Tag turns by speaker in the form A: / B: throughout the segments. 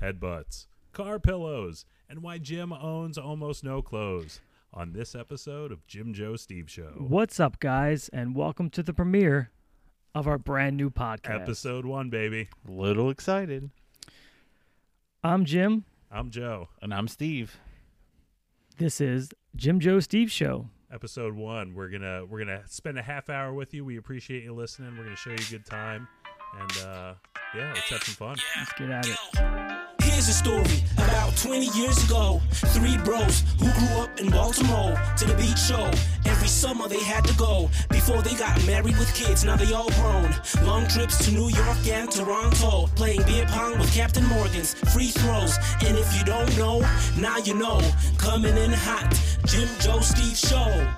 A: headbutts, car pillows, and why Jim owns almost no clothes on this episode of Jim Joe Steve Show.
B: What's up, guys, and welcome to the premiere of our brand new podcast.
A: Episode one, baby.
C: Little excited.
B: I'm Jim.
A: I'm Joe.
C: And I'm Steve.
B: This is Jim Joe Steve Show.
A: Episode one. We're gonna we're gonna spend a half hour with you. We appreciate you listening. We're gonna show you a good time. And uh yeah, let's have some fun.
B: Let's get at it.
D: Here's a story about 20 years ago. Three bros who grew up in Baltimore to the beach show. Every summer they had to go before they got married with kids. Now they all grown. Long trips to New York and Toronto, playing beer pong with Captain Morgan's free throws. And if you don't know, now you know. Coming in hot, Jim Joe Steve Show.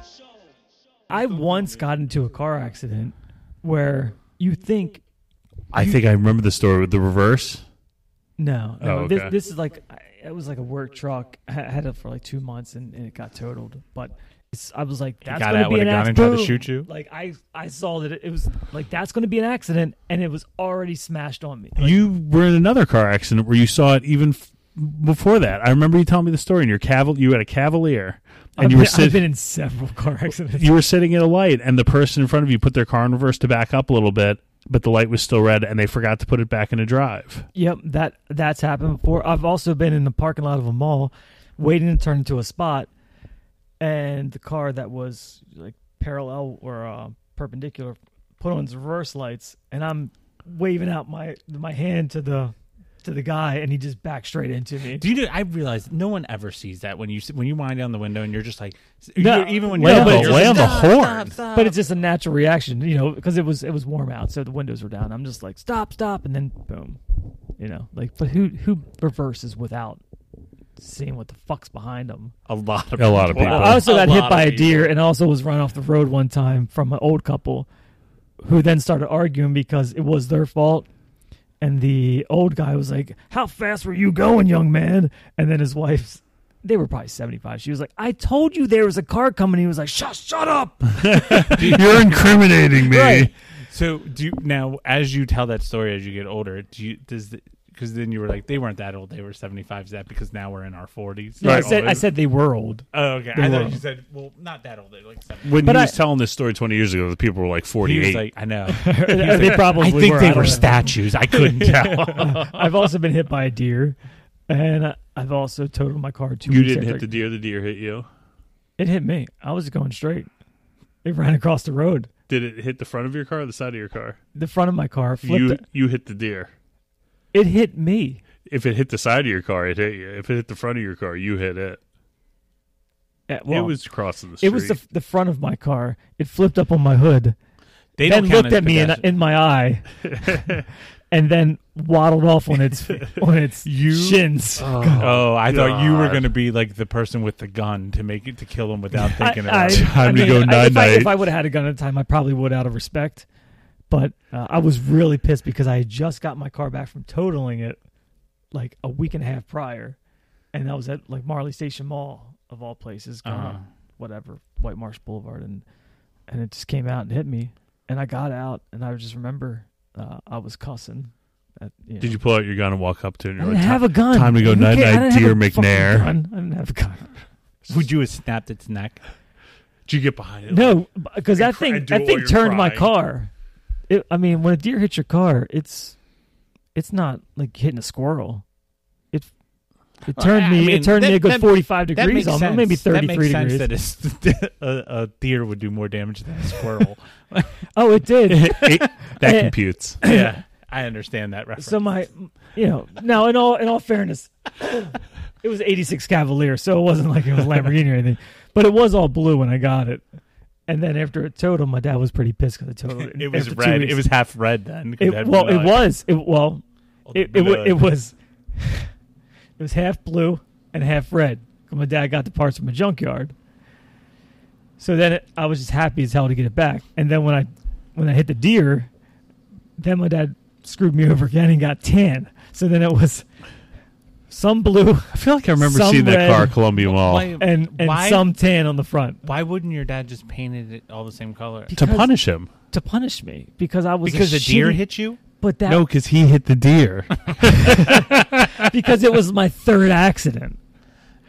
B: I once got into a car accident where you think
C: I think I remember the story with the reverse.
B: no, no
C: Oh, okay.
B: this, this is like I- it was like a work truck. I had it for like two months and, and it got totaled. But it's, I was like, that's
C: got
B: gonna
C: out
B: be
C: with
B: an
C: a gun
B: ax-
C: and tried to
B: boom.
C: shoot you?
B: Like I I saw that it, it was like that's going to be an accident, and it was already smashed on me. Like,
C: You were in another car accident where you saw it even f- before that. I remember you telling me the story. And your caval- you had a Cavalier, and
B: I've
C: you were
B: been- I've been
C: sitting.
B: in several car accidents.
C: You were sitting at a light, and the person in front of you put their car in reverse to back up a little bit, but the light was still red, and they forgot to put it back into drive.
B: Yep, that that's happened before. I've also been in the parking lot of a mall, waiting to turn into a spot, and the car that was like parallel or uh, perpendicular put on its reverse lights, and I'm waving out my my hand to the to the guy, and he just backed straight into me.
E: Do you? Do, I realize no one ever sees that when you s- when you wind down the window and you're just like,
B: No,
E: you- even when
B: no,
E: you're
B: but
E: you're
B: it's
E: just
C: way
E: like,
C: on the
E: "Stop,
C: horn."
E: stop, stop."
B: But it's just a natural reaction, you know, because it was it was warm out, so the windows were down. I'm just like stop, stop, and then boom, you know, like but who who reverses without seeing what the fuck's behind them?
E: a lot of
C: A lot of
B: I
C: people.
B: I also
E: A
B: got hit
E: lot
B: by
E: of
B: a deer
E: people.
B: and also was run off the road one time from an old couple who then started arguing because it was their fault. And the old guy was like, How fast were you going, young man? And then his wife's, they were probably 75. She was like, I told you there was a car coming. He was like, Shut, shut up.
C: You're incriminating me.
E: Right. So do you, now as you tell that story as you get older, do you does because then you were like they weren't that old, they were 75. Is that because now we're in our 40s?
B: No, I, said, I said they were old.
E: Oh, okay.
B: They
E: I
B: were.
E: thought you said well, not that old. They're like 75.
C: When
B: But
C: he
B: I-
C: was telling this story 20 years ago, the people were like
E: He
C: 48.
E: was like, I know.
B: they probably
E: I think
B: were.
E: they
B: I don't
E: were
B: know.
E: statues. I couldn't tell.
B: I've also been hit by a deer. And I- I've also totaled my car two
C: you
B: weeks
C: didn't
B: after-
C: hit the deer, the deer hit you.
B: It hit me. I was going straight. It ran across the road.
C: Did it hit the front of your car or the side of your car?
B: The front of my car flipped.
C: You you hit the deer.
B: It hit me.
C: If it hit the side of your car, it hit you. If it hit the front of your car, you hit it.
B: Yeah,
C: it
B: well,
C: was crossing the street.
B: it was the, the front of my car. It flipped up on my hood.
E: They
B: then
E: don't count
B: looked
E: as
B: at me in,
E: pedestrian-
B: in my eye, and then waddled off on its on its shins.
E: Oh, I thought you were
C: God.
E: going to be like the person with the gun to make it to kill him without
B: I,
E: thinking
B: I-
E: about it.
C: Time to
B: I mean,
C: go
B: I- if I,
C: night-night.
B: if I would have had a gun at the time, I probably would out of respect. But uh, I was really pissed because I had just got my car back from totaling it like a week and a half prior, and that was at like Marley Station Mall of all places, going
E: Uh-huh.
B: up whatever White Marsh Boulevard, and and it just came out and hit me, and I got out, and I just remember uh, I was cussing. At, know,
C: Did you pull out your gun and walk up to it? And
B: I
C: you're
B: didn't
C: like,
B: have
C: "Ti-
B: a gun.
C: time to go
B: Who cares? I
C: night-night,
B: didn't have
C: dear
B: a fucking
C: McNair.
B: gun. I didn't have a gun.
E: Would you have snapped its neck?
C: Did you get behind it?
B: No, because
C: And
B: that
C: cr-
B: thing
C: and do
B: that
C: it
B: thing
C: while you're
B: turned my
C: crying.
B: car. It, I mean, when a deer hits your car, it's it's not like hitting a squirrel. It it
E: Well,
B: turned
E: Uh, I
B: me.
E: mean,
B: it turned
E: that-
B: me a good
E: that-
B: forty-five degrees,
E: that makes
B: on
E: sense.
B: maybe
E: That
B: thirty-three
E: makes sense
B: degrees.
E: that it's- a, a deer would do more damage than a squirrel.
B: oh, it did.
C: It- that computes.
E: yeah, I understand that reference.
B: so my, you know, now in all in all fairness, it was eighty-six Cavalier, so it wasn't like it was Lamborghini or anything, but it was all blue when I got it. And then after it totaled, my dad was pretty pissed because it totaled.
E: it was
B: after two
E: red.
B: weeks.
E: It was half red then. 'cause
B: It-
E: had
B: well, it
E: vanilla.
B: was. It, well, it, it, wa-
C: uh,
E: vanilla.
B: it was. It was half blue and half red. 'Cause My dad got the parts from a junkyard. So then it, I was just happy as hell to get it back. And then when I when I hit the deer, then my dad screwed me over again and got tan. So then it was some blue
C: I feel like I remember
B: Some
C: seeing
B: red.
C: that car at Columbia Mall
E: Why,
B: and, and
E: why,
B: some tan on the front
E: why wouldn't your dad just painted it all the same color?
C: to
B: because-
C: punish him.
B: to punish me because I was
E: Because a deer
B: shitty-
E: hit you?
B: But that
C: No, because he hit the deer.
B: because it was my third accident.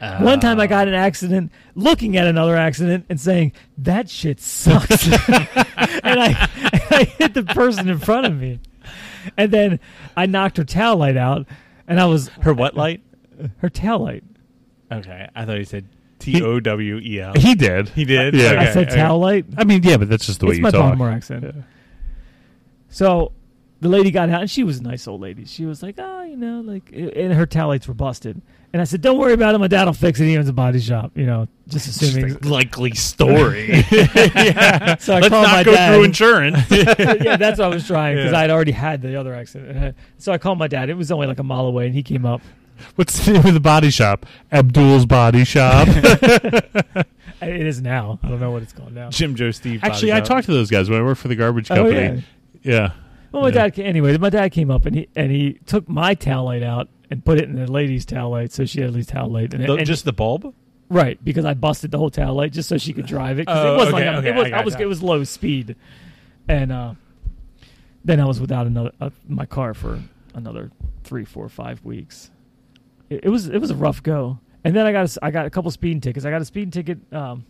E: Uh,
B: One time I got in an accident looking at another accident and saying, that shit sucks. and, I, I hit the person in front of me. And then I knocked her tail light out and I was
E: Her what light?
B: her tail light.
E: Okay, I thought you said T O W E L.
C: He did.
E: He did?
C: Yeah.
E: Okay.
B: I said tail light.
C: I mean, yeah, but that's just the way
B: it's
C: you
B: my
C: talk.
B: Baltimore accent. So the lady got out, and she was a nice old lady. She was like, "Oh, you know, like," and her tail lights were busted. And I said, "Don't worry about it. My dad will fix it. He owns a body shop. You know, just assuming."
C: likely story.
B: so I
C: Let's
B: called my
C: not go
B: dad.
C: through insurance.
B: yeah, that's what I was trying because
E: Yeah.
B: I had already had the other accident. So I called my dad. It was only like a mile away, and he came up.
C: What's the name of the body shop? Abdul's Body Shop.
B: It is now. I don't know what it's called now.
E: Jim Joe Steve.
C: Actually, I talked to those guys when I worked for the garbage
B: Oh,
C: company.
B: yeah.
C: yeah.
B: Well, my
C: Yeah.
B: dad. ca- Anyway, my dad came up and he and he took my tail light out and put it in the lady's tail light, so she had at least tail light. And, and
E: just the bulb.
B: Right, because I busted the whole tail light just so she could drive it. 'cause
E: Oh,
B: it was
E: okay,
B: like a,
E: okay,
B: it was,
E: I
B: I was
E: gotcha.
B: it was low speed, and uh, then I was without another uh, my car for another three, four, five weeks. It, it was it was a rough go, and then I got a s I got a couple speeding tickets. I got a speeding ticket. Um,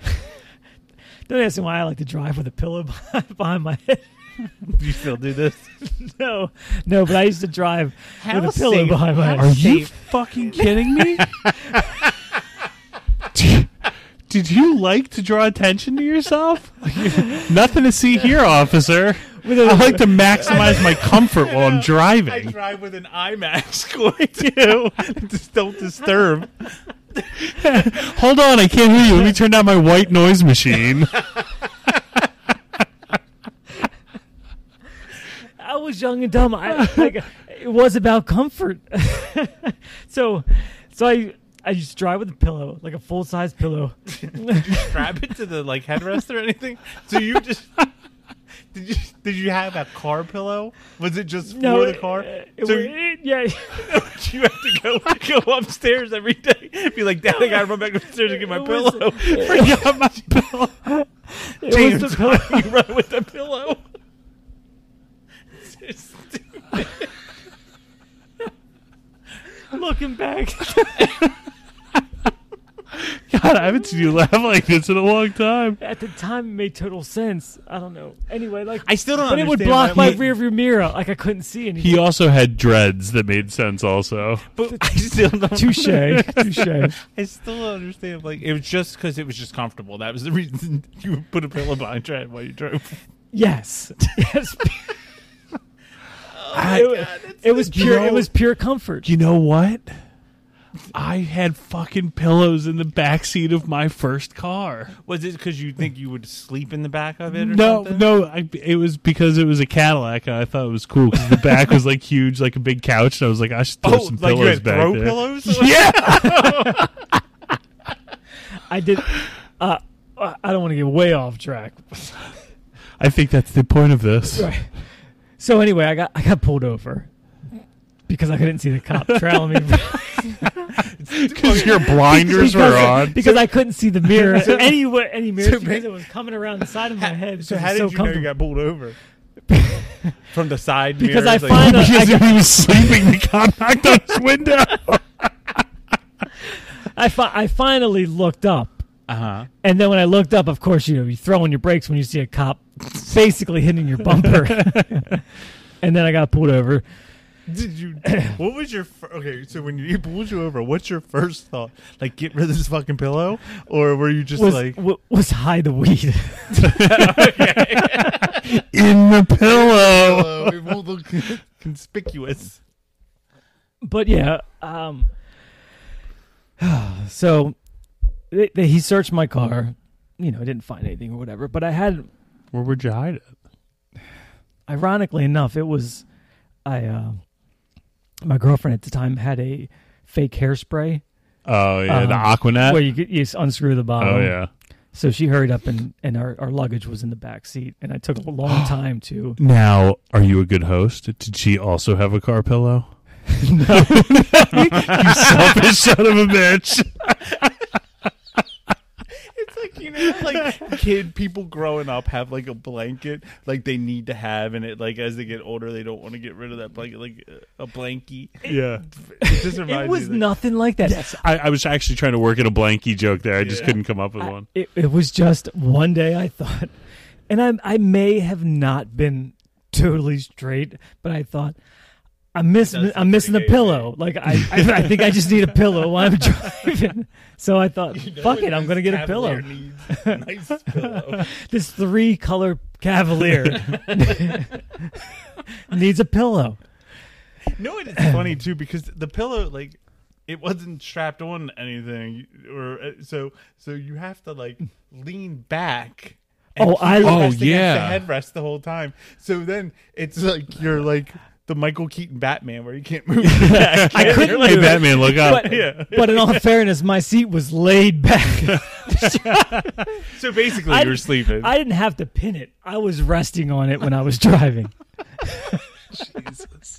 B: don't ask me why I like to drive with a pillow behind my head.
E: You still do this?
B: No, no, but I used to drive with a pillow
E: safe-
B: behind my head.
E: how Are you safe?
C: fucking kidding me? Did- Did you like to draw attention to yourself? Nothing to see here, officer. I like to maximize my comfort while I'm
E: I
C: driving.
E: drive with an eye mask going too. just don't disturb.
C: Hold on, I can't hear you. Let me turn down my white noise machine.
B: I was young and dumb. I, like, it was about comfort. so, so I I used to drive with a pillow, like a full size pillow.
E: Grab it to the like headrest or anything. So you just. Did you did you have a car pillow? Was it just for the
B: it-
E: car?
B: it- it-
E: so
B: it- yeah,
E: you have to go go upstairs every day. Be like, Dad, I gotta run back upstairs and get my
B: It was-
E: pillow. Bring out my pillow.
B: it was the pillow.
E: you run with the pillow.
B: Looking back,
C: God, I haven't seen you laugh like this in a long time.
B: at the time, it made total sense. I don't know. Anyway, like
E: I still don't
B: but it would
E: understand
B: block
E: why-
B: my rear view mirror. Like I couldn't see anything.
C: He also had dreads that made sense, also.
E: But I still don't.
B: Touche, touche.
E: I still don't understand. Like it was just because it was just comfortable. That was the reason you would put a pillow behind your head while you drove.
B: Yes, yes.
C: I-
B: it, wa- it was
C: you
B: pure.
C: know-
B: it was pure comfort.
C: you know what? I had fucking pillows in the backseat of my first car.
E: Was it because you think you would sleep in the back of it? Or
C: No,
E: something?
C: no, I, it was because it was a Cadillac. And I thought it was cool because the back was like huge, like a big couch, and I was like, I should throw
E: Oh,
C: some
E: like you
C: pillows
E: had
C: back
E: throw
C: there.
E: pillows?
C: Yeah,
B: I did. Uh, I I don't want to get way off track.
C: I think that's the point of this.
B: Right. So anyway, I got I got pulled over because I couldn't see the cop trailing me
C: Because your blinders were
B: because,
C: on.
B: because I couldn't see the mirror. So any wa- any mirror because it was coming around the side of my head.
E: So
B: it was
E: how did you know you
B: comfortable.
E: got pulled over? From the side
B: Because
E: mirrors,
B: I
E: like-
B: find a-
C: Because if he was sleeping, the cop knocked on his window.
B: I fi- I finally looked up,
E: uh-huh.
B: and then when I looked up, of course, you know, you throw in your brakes when you see a cop basically hitting your bumper. and then I got pulled over.
E: Did you? What was your fir- okay? So when he pulled you over, what's your first thought? Like, get rid of this fucking pillow, or were you just
B: Was
E: like,
B: w- was high the weed?
C: In the pillow.
E: "Oh, it won't look conspicuous"?
B: but yeah, um, so they, they, he searched my car. You know, didn't find anything or whatever. But I had,
C: Where would you hide it?
B: ironically enough, it was I, uh, my girlfriend at the time had a fake hairspray
C: Oh yeah, the
B: Um,
C: Aquanet.
B: where you could you just unscrew the bottom.
C: oh yeah.
B: So she hurried up and and our, our luggage was in the back seat, and I took a long time to.
C: Now, are you a good host? Did she also have a car pillow? no. you selfish son of a bitch.
E: It's like you know, like kid people growing up have like a blanket like they need to have, and it like as they get older they don't want to get rid of that blanket, like uh, a blankie.
C: yeah.
E: It just reminds
B: It was
E: me, like,
B: nothing like that.
C: I, I was actually trying to work in a blankie joke there. I just
E: Yeah.
C: couldn't come up with one.
B: It, it was just one day I thought, and I I may have not been totally straight, but I thought I'm missing
E: That's
B: I'm missing a
E: pretty gay,
B: pillow. Like I, I I think I just need a pillow while I'm driving. So I thought, fuck it, I'm gonna get a pillow.
E: Cavalier needs a nice pillow.
B: This three color Cavalier needs a pillow.
E: No, and it's funny too because the pillow, like, it wasn't strapped on anything, or uh, so so you have to like lean back.
B: Oh,
E: keep
B: I-
E: your
B: Oh,
E: rest against
C: yeah.
E: the headrest the whole time. So then it's like you're like the Michael Keaton Batman where you can't move. your neck.
B: I couldn't
C: Hey,
B: do it.
C: Batman, look up.
B: But, but in all fairness, my seat was laid back.
E: So basically,
B: I-
E: you're sleeping.
B: I didn't have to pin it. I was resting on it when I was driving.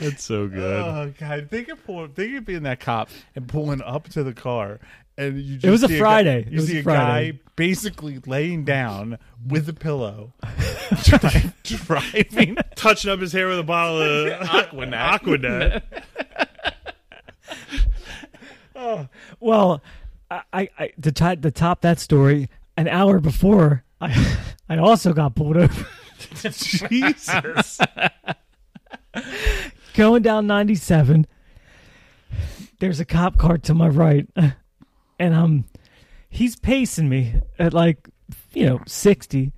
C: That's so good.
E: oh god, think of pulling, think of being that cop and pulling up to the car. And you just
B: was a
E: see
B: Friday.
E: Guy,
B: It
E: you
B: was
E: see
B: a
E: a
B: Friday.
E: guy basically laying down with a pillow, dri- driving
C: Touching up his hair with a bottle of Aquanet. Aquanet.
B: Well, I, I, I to, t- to top that story, an hour before, I, I also got pulled over
C: Jesus.
B: going down 97. There's a cop car to my right, and I'm he's pacing me at like you know 60,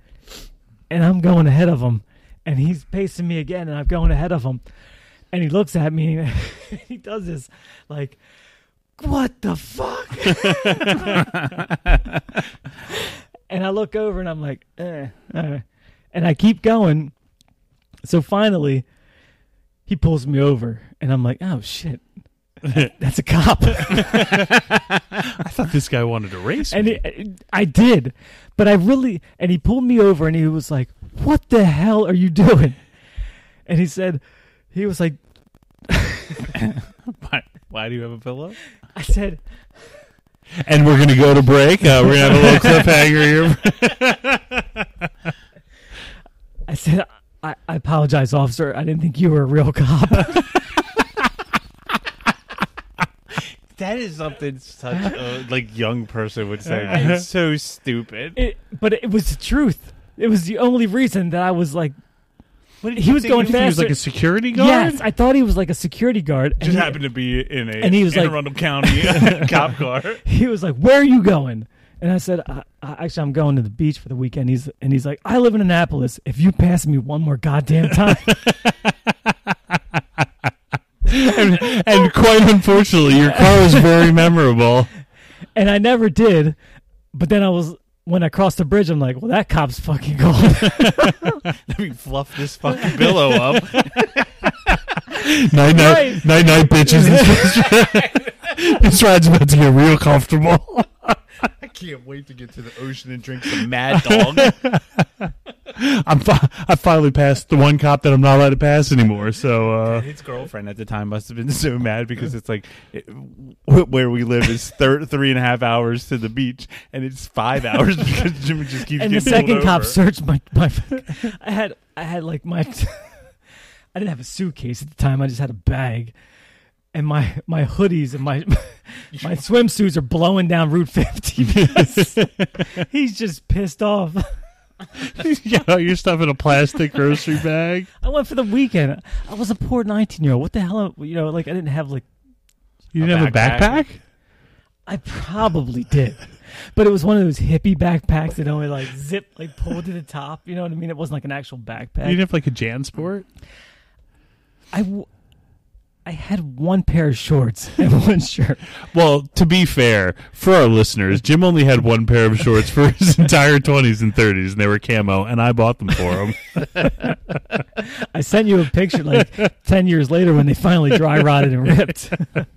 B: and I'm going ahead of him, and he's pacing me again, and I'm going ahead of him, and he looks at me, and he does this like, what the fuck? and I look over and I'm like, eh, eh. and I keep going. So finally, he pulls me over, and I'm like, oh shit, that's a cop.
C: I thought this guy wanted to race
B: and
C: me.
B: it, it- I did, but I really and he pulled me over, and he was like, what the hell are you doing? And he said, he was like,
E: Why, why do you have a pillow?
B: I said,
C: And we're going to go to break. Uh, we're going to have a little cliffhanger here.
B: I said, I, I apologize, officer. I didn't think you were a real cop.
E: That is something such a like young person would say. It's so stupid.
B: It, but it was the truth. It was the only reason that I was like, he was going
C: He was
B: faster.
C: like a security guard?
B: yes, I thought he was like a security guard. And
E: Just
B: he,
E: happened to be in a
B: And he was
E: Anne
B: like-
E: Arundel County cop car.
B: he was like, "Where are you going?" And I said, I, I, "Actually, I'm going to the beach for the weekend." He's and he's like, "I live in Annapolis. If you pass me one more goddamn time,
C: And quite unfortunately, your car was very memorable.
B: and I never did." But then I was when I crossed the bridge, I'm like, "Well, that cop's fucking gone."
E: Let me fluff this fucking pillow up.
C: Night, night,
B: Right.
C: night, night, bitches. This ride- this ride's about to get real comfortable.
E: I can't wait to get to the ocean and drink some Mad Dog.
C: I'm fi- I finally passed the one cop that I'm not allowed to pass anymore. So uh,
E: His girlfriend at the time must have been so mad because it's like it, wh- where we live is thir- three and a half hours to the beach, and it's five hours because Jimmy just keeps.
B: and
E: getting
B: the second
E: pulled
B: cop
E: over.
B: searched my my. I had I had like my. I didn't have a suitcase at the time. I just had a bag, and my my hoodies and my my swimsuits are blowing down Route 50. because he's just pissed off.
C: you know, your stuff in a plastic grocery bag.
B: I went for the weekend. I was a poor 19 year old. What the hell? You know, like I didn't have like.
C: You
E: A
C: didn't have a
E: backpack?
C: backpack?
B: I probably did, but it was one of those hippie backpacks that only like zip like pulled to the top. You know what I mean? It wasn't like an actual
C: You didn't
B: backpack.
C: have like a JanSport?
B: I, w- I had one pair of shorts and one shirt.
C: Well, to be fair, for our listeners, Jim only had one pair of shorts for his entire 20s and 30s, and they were camo, and I bought them for him.
B: I sent you a picture like 10 years later when they finally dry rotted and ripped.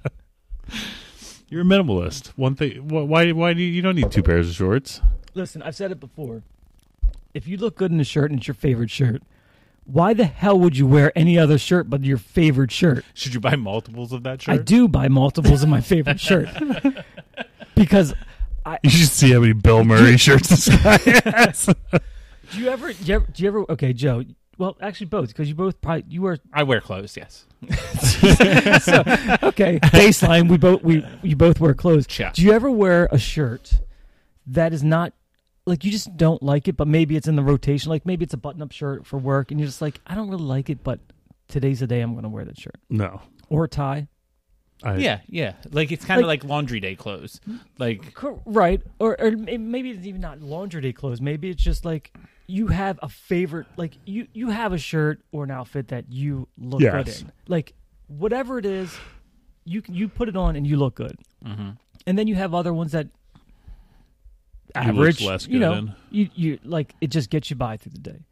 C: You're a minimalist. One thing, wh- why, why do you, you don't need two pairs of shorts?
B: Listen, I've said it before. If you look good in a shirt and it's your favorite shirt, why the hell would you wear any other shirt but your favorite shirt?
E: Should you buy multiples of that
B: I
E: shirt?
B: do buy multiples of my favorite shirt because I,
C: You should see how many Bill Murray shirts this guy has.
B: do you ever? Do you ever? Do you ever okay, Joe. Well, actually, both because you both probably you were
F: I wear clothes, yes.
B: okay. Baseline. We both we you both wear clothes.
F: Yeah.
B: Do you ever wear a shirt that is not like you just don't like it, but maybe it's in the rotation. Like maybe it's a button-up shirt for work, and you're just like, I don't really like it, but today's the day I'm going to wear that shirt
C: No.
B: or a tie.
C: I,
F: Yeah, yeah. Like it's kind of like, laundry day clothes.
E: Hmm?
F: Like
B: Cor- Right. Or, or may- maybe it's even not laundry day clothes. Maybe it's just like you have a favorite, like you, you have a shirt or an outfit that you look good
C: Yes.
B: in. Like whatever it is, you can- you put it on and you look good.
F: Mm-hmm.
B: And then you have other ones that average, you,
F: less good
B: know,
F: in.
B: you, you like it just gets you by through the day.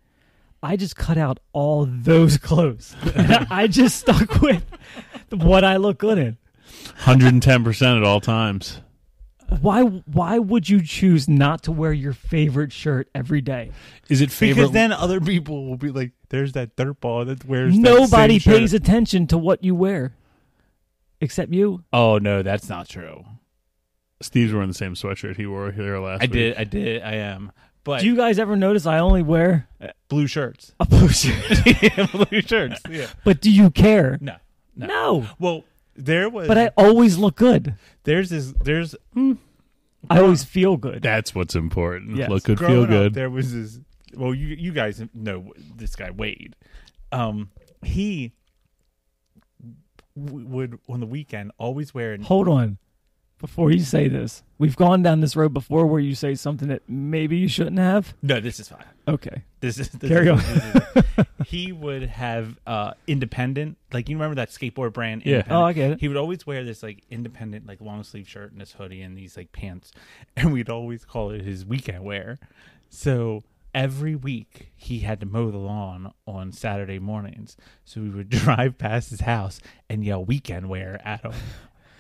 B: I just cut out all those clothes. I just stuck with what I look good in.
C: 110% at all times.
B: why why would you choose not to wear your favorite shirt every day?
C: Is it favorite?
E: Because then other people will be like, "There's that dirtball that wears."
B: Nobody
E: that same
B: pays
E: Shirt.
B: attention to what you wear, except you.
F: oh no, that's not true.
C: Steve's wearing the same sweatshirt he wore here last
F: I
C: week.
F: did, I did, I am. But
B: Do you guys ever notice I only wear
E: Blue shirts.
B: a blue shirt?
F: blue shirts. Yeah.
B: but do you care?
F: No. No.
B: No.
E: Well, there was.
B: But I always look good.
E: there's this. There's
B: I always feel good.
C: That's what's important.
B: Yes.
C: Look good,
E: growing
C: feel
E: up,
C: good.
E: there was this. Well, you you guys know this guy Wade. Um, he w- would on the weekend always wear an
B: Hold on. Before you say this, we've gone down this road before where you say something that maybe you shouldn't have.
F: No, this is fine.
B: Okay.
F: This is this
B: Carry
F: is-
B: on.
F: this is- he would have uh independent like you remember that skateboard brand
C: Yeah.
F: Independent?
B: Oh, I get it.
E: He would always wear this like independent like long sleeve shirt and this hoodie and these like pants, and we'd always call it his weekend wear. So every week he had to mow the lawn on Saturday mornings. So we would drive past his house and yell "weekend wear" at him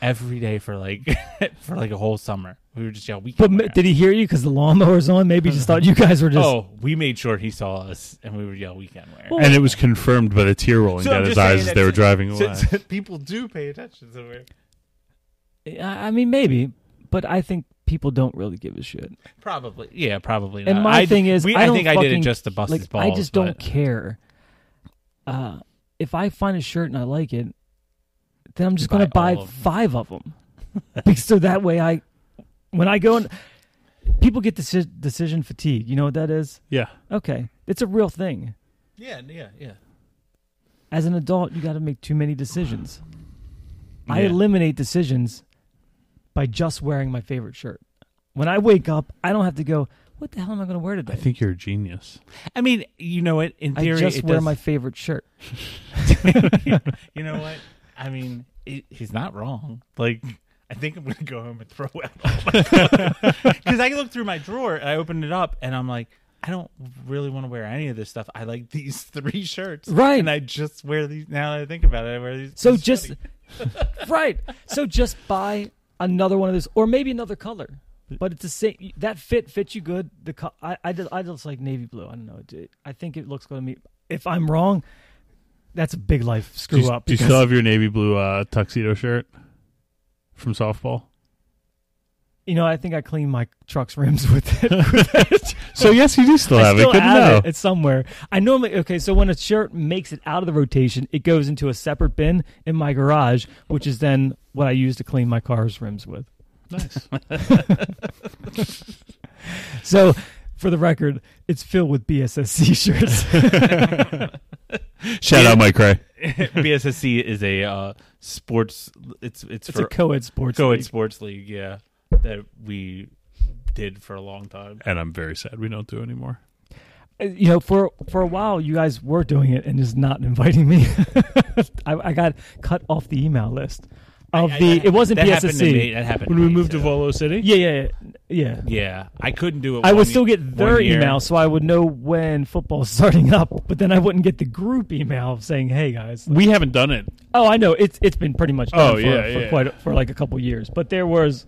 E: every day for like for like a whole summer. We would just yell
B: But
E: "weekend."
B: ma-
E: wear.
B: did he hear you because the lawnmower's on? Maybe he just thought you guys were just.
E: oh, we made sure he saw us, and we would yell "weekend wear."
B: Well,
C: and it was confirmed by the tear rolling
E: So I'm
C: down his
E: just saying
C: eyes as
E: that
C: they were
E: since-
C: driving away.
E: Since people do pay attention to it,
B: I I mean, maybe, but I think people don't really give a shit.
E: probably. Yeah,
F: yeah probably
B: And
F: not.
B: my
F: I-
B: thing is,
F: we,
B: I don't
F: think I did it
B: fucking-
F: just to bust his
B: Like,
F: balls
B: I just
F: but-
B: don't care. Uh, if I find a shirt and I like it, then I'm just
F: Buy
B: going to buy
F: all of 'em.
B: five of them, because so that way I, when I go and people get deci- decision fatigue. You know what that is?
C: yeah.
B: Okay, it's a real thing.
E: yeah, yeah, yeah.
B: As an adult, you got to make too many decisions. I
F: Yeah.
B: eliminate decisions by just wearing my favorite shirt. When I wake up, I don't have to go. What the hell am I going to wear today?
C: I think you're a genius.
F: I mean, you know what? In
B: I
F: theory,
B: just
F: it
B: wear
F: does-
B: my favorite shirt.
E: You know what? I mean, it, he's not wrong. Like, I think I'm gonna go home and throw out because I looked through my drawer and I opened it up and I'm like, I don't really want to wear any of this stuff. I like these three shirts,
B: Right.
E: And I just wear these. Now that I think about it, I wear these.
B: So
E: these
B: just
E: hoodies.
B: right. So just buy another one of those, or maybe another color. But it's the same. That fit fits you good. The co- I I just, I just like navy blue. I don't know. It- I think it looks good to me. If I'm wrong, that's a big life
C: Do
B: screw
C: you,
B: up.
C: do you
B: because-
C: still have your navy blue uh, tuxedo shirt from softball?
B: you know, I think I clean my truck's rims with it.
C: So yes, you do still
B: I
C: have
B: still
C: it. Good to
B: have
C: know.
B: it. It's somewhere. I normally okay. So when a shirt makes it out of the rotation, it goes into a separate bin in my garage, which is then what I use to clean my car's rims with.
C: Nice.
B: So, for the record, it's filled with BSSC shirts.
C: Shout out, Mike Ray.
F: BSSC is a uh, sports. It's it's,
B: it's
F: for
B: a co-ed sports.
F: co-ed
B: league.
F: sports league. Yeah, that we did for a long time.
C: And I'm very sad we don't do anymore.
B: Uh, You know, for for a while, you guys were doing it and just not inviting me. I, I got cut off the email list of
F: I-
B: the.
F: I-
B: it wasn't
F: that happened to me.
B: BSSC.
F: That happened
C: When
F: to
C: we
F: me,
C: moved to
F: too.
C: Volo City,
B: Yeah, yeah, yeah.
F: Yeah, I couldn't do it.
B: I
F: one
B: would still
F: year-
B: get their
F: one year.
B: email, so I would know when football's starting up. But then I wouldn't get the group email saying, "Hey guys."
C: we haven't done it.
B: Oh, I know it's it's been pretty much done
C: Oh,
B: for,
C: yeah,
B: for
C: yeah.
B: quite a- for like a couple years. But there was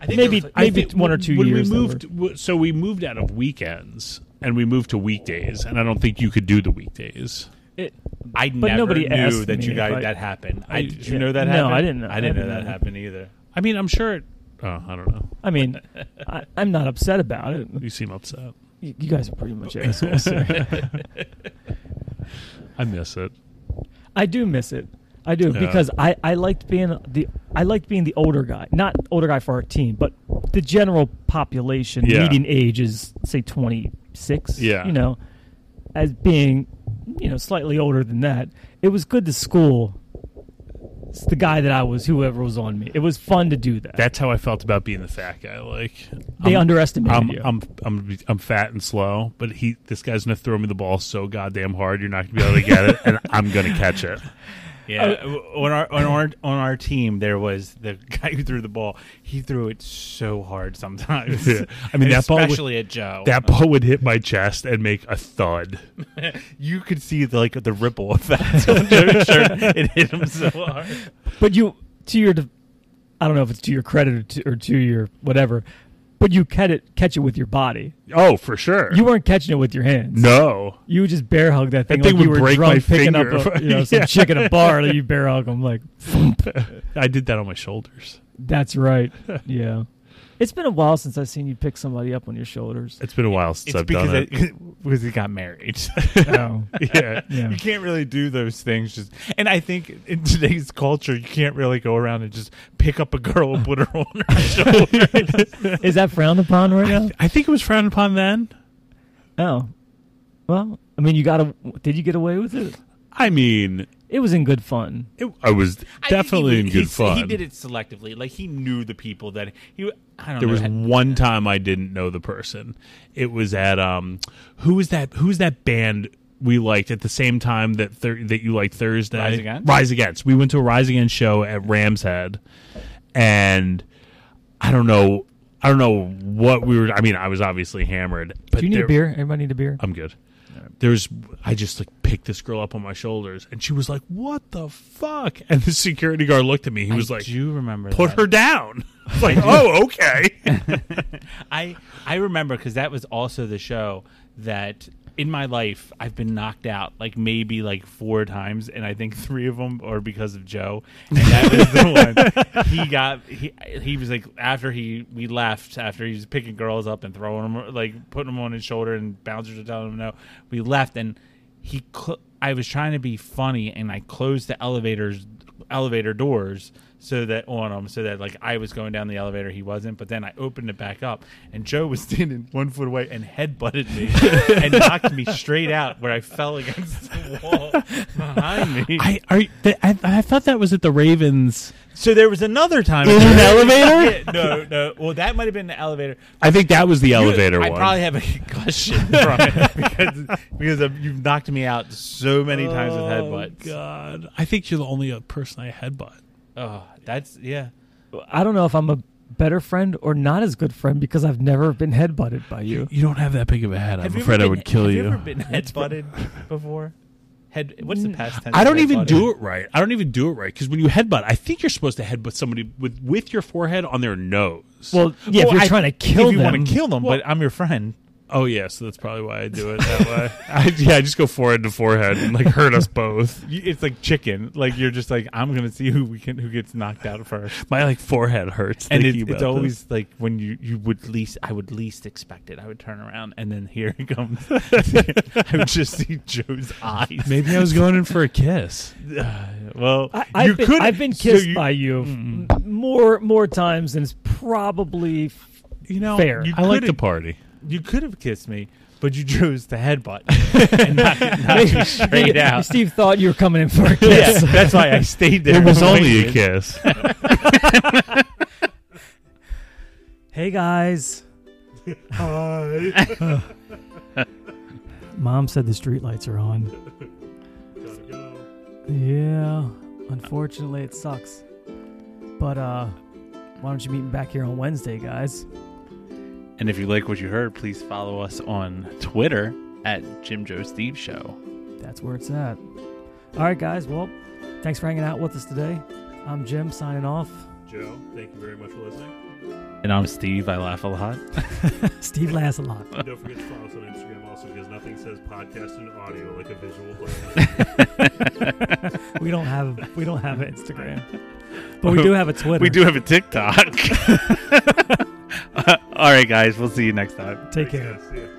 E: I think
B: maybe
E: there was, like,
B: maybe one or two
C: when
B: years. that
C: we
B: were-
C: moved, w- so we moved out of weekends and we moved to weekdays, and I don't think you could do the weekdays.
B: it,
F: I never
B: nobody
F: knew
B: asked
F: that you
B: me
F: guys
B: if I-
F: that happened. I, did you
B: yeah.
F: know that
B: No,
F: happened?
B: I didn't know.
F: I didn't
B: I
F: know
B: didn't
F: that
B: know.
F: happened either.
C: I mean, I'm sure Oh, I don't know.
B: I mean, I, I'm not upset about it.
C: You seem upset.
B: You, you guys are pretty much assholes. sir.
C: I miss it.
B: I do miss it. I do
C: Yeah.
B: because I, I liked being the I liked being the older guy, not older guy for our team, but the general population
C: Yeah.
B: median age is say twenty six.
C: Yeah.
B: you know, as being you know slightly older than that, it was good to school. It's the guy that I was, whoever was on me. It was fun to do that.
C: That's how I felt about being the fat guy. Like
B: they
C: I'm-
B: underestimated
C: I'm,
B: you.
C: I'm I'm I'm fat and slow, but he this guy's gonna throw me the ball so goddamn hard you're not gonna be able to get it, and I'm gonna catch it.
F: Yeah, on our on our on our team, there was the guy who threw the ball. He threw it so hard sometimes.
C: Yeah. I mean,
F: And
C: that ball would-
F: especially at Joe.
C: That ball would hit my chest and make a thud.
F: you could see the, like the ripple effect. on Joe's shirt. It hit him so hard.
B: But you, to your, de- I don't know if it's to your credit or to, or to your whatever, but you catch it, catch it with your body.
C: Oh, for sure.
B: You weren't catching it with your hands.
C: no.
B: you would just bear hug that thing.
C: thing
B: like you
C: would
B: were
C: break
B: drunk
C: my
B: picking up,
C: finger.
B: a, you know, some
C: Yeah.
B: chick at a bar that you bear hug. I'm like,
C: I did that on my shoulders.
B: that's right. Yeah. It's been a while since I've seen you pick somebody up on your shoulders.
C: It's been a while since
F: It's
C: I've
F: because
C: done it.
F: it- because he got married.
B: Oh,
C: yeah.
B: yeah.
F: You can't really do those things. Just and I think in today's culture, you can't really go around and just pick up a girl and put her on her shoulder.
B: Is that frowned upon right now?
G: I think it was frowned upon then.
B: Oh. Well, I mean, you got to. Did you get away with it?
C: I mean,
B: It was in good fun.
C: it, I was definitely in good fun.
F: He did it selectively. Like he knew the people that he. I don't
C: There
F: know.
C: was one time I didn't know the person. It was at um, who was that? Who's that band we liked at the same time that thir- that you liked Thursday?
F: Rise Against?
C: Rise Against. We went to a Rise Against show at Ram's Head, and I don't know, I don't know what we were. I mean, I was obviously hammered. But
B: Do you need
C: there-
B: a beer? Everybody need a beer?
C: I'm good. There's, I just like picked this girl up on my shoulders, and she was like, "What the fuck?" And the security guard looked at me. He was like,
F: do you remember?
C: "Put
F: that.
C: her down." I was like, "Oh, okay."
F: I I remember because that was also the show that in my life I've been knocked out like maybe like four times, and I think three of them are because of Joe. And that was the one he got. He he was like after he we left after he was picking girls up and throwing them like putting them on his shoulder and bouncers were telling him no. We left and he. Cl- I was trying to be funny and I closed the elevators elevator doors so that on him so that like I was going down the elevator he wasn't but then I opened it back up and Joe was standing one foot away and head butted me and knocked me straight out where I fell against the wall behind me
G: I are, th- I I thought that was at the Ravens.
F: so there was another time
G: In an elevator?
F: Yeah, no no well that might have been the elevator
C: I think that was the elevator
F: I
C: one.
F: probably have a concussion from it because, because of, you've knocked me out so many times
B: Oh,
F: with headbutts
C: God, I think you're the only uh, person I headbutt.
F: oh that's yeah
B: I don't know if I'm a better friend or not as good friend because I've never been headbutted by you.
C: You don't have that big of a head.
F: Have
C: I'm
F: you
C: afraid
F: ever
C: I
F: been-
C: would kill
F: have
C: you.
F: ever been headbutted before? Head. What's
B: Mm.
F: the past tense?
C: I don't even do it right. I don't even do it right because when you headbutt, I think you're supposed to headbutt somebody with with your forehead on their nose.
B: Well, yeah, if you're trying to kill
F: if you
B: them,
F: want to kill them, but I'm your friend.
C: oh yeah, so that's probably why I do it that way. I, yeah, I just go forehead to forehead and like hurt us both.
F: You- It's like chicken. Like you're just like I'm gonna see who we can who gets knocked out first.
C: My like forehead hurts,
F: And
C: thinking
F: it's,
C: about
F: it's
C: this.
F: always like when you, you would least I would least expect it. I would turn around and then here it comes. I would just see Joe's eyes.
C: maybe I was going in for a kiss.
F: Well,
B: I, I've,
F: you
B: been,
F: could.
B: I've been
F: so
B: kissed
F: you-
B: by you m- more more times than it's probably f-
F: you know
B: fair.
F: You
C: I like to
F: could've-
C: party.
F: You could have kissed me, but you chose the headbutt and knock, knock me straight out.
B: Steve thought you were coming in for a
F: Yeah,
B: kiss.
F: that's why I stayed there.
C: It was
F: and
C: only a
F: waited.
C: kiss.
B: Hey guys. Hi. Mom said the streetlights are on. Yeah, unfortunately it sucks. But uh why don't you meet me back here on Wednesday, guys?
F: And if you like what you heard, please follow us on Twitter at Jim Joe Steve Show.
B: That's where it's at. All right, guys. Well, thanks for hanging out with us today. I'm Jim signing off.
C: Joe, thank you very much for listening.
F: And I'm Steve. I laugh a lot.
B: Steve laughs a lot.
C: Don't forget to follow us on Instagram also because nothing says podcast and audio like a visual.
B: We don't have we don't have an Instagram. But we do have a Twitter.
F: We do have a TikTok. All right, guys. We'll see you next time.
B: Take care.
F: See ya.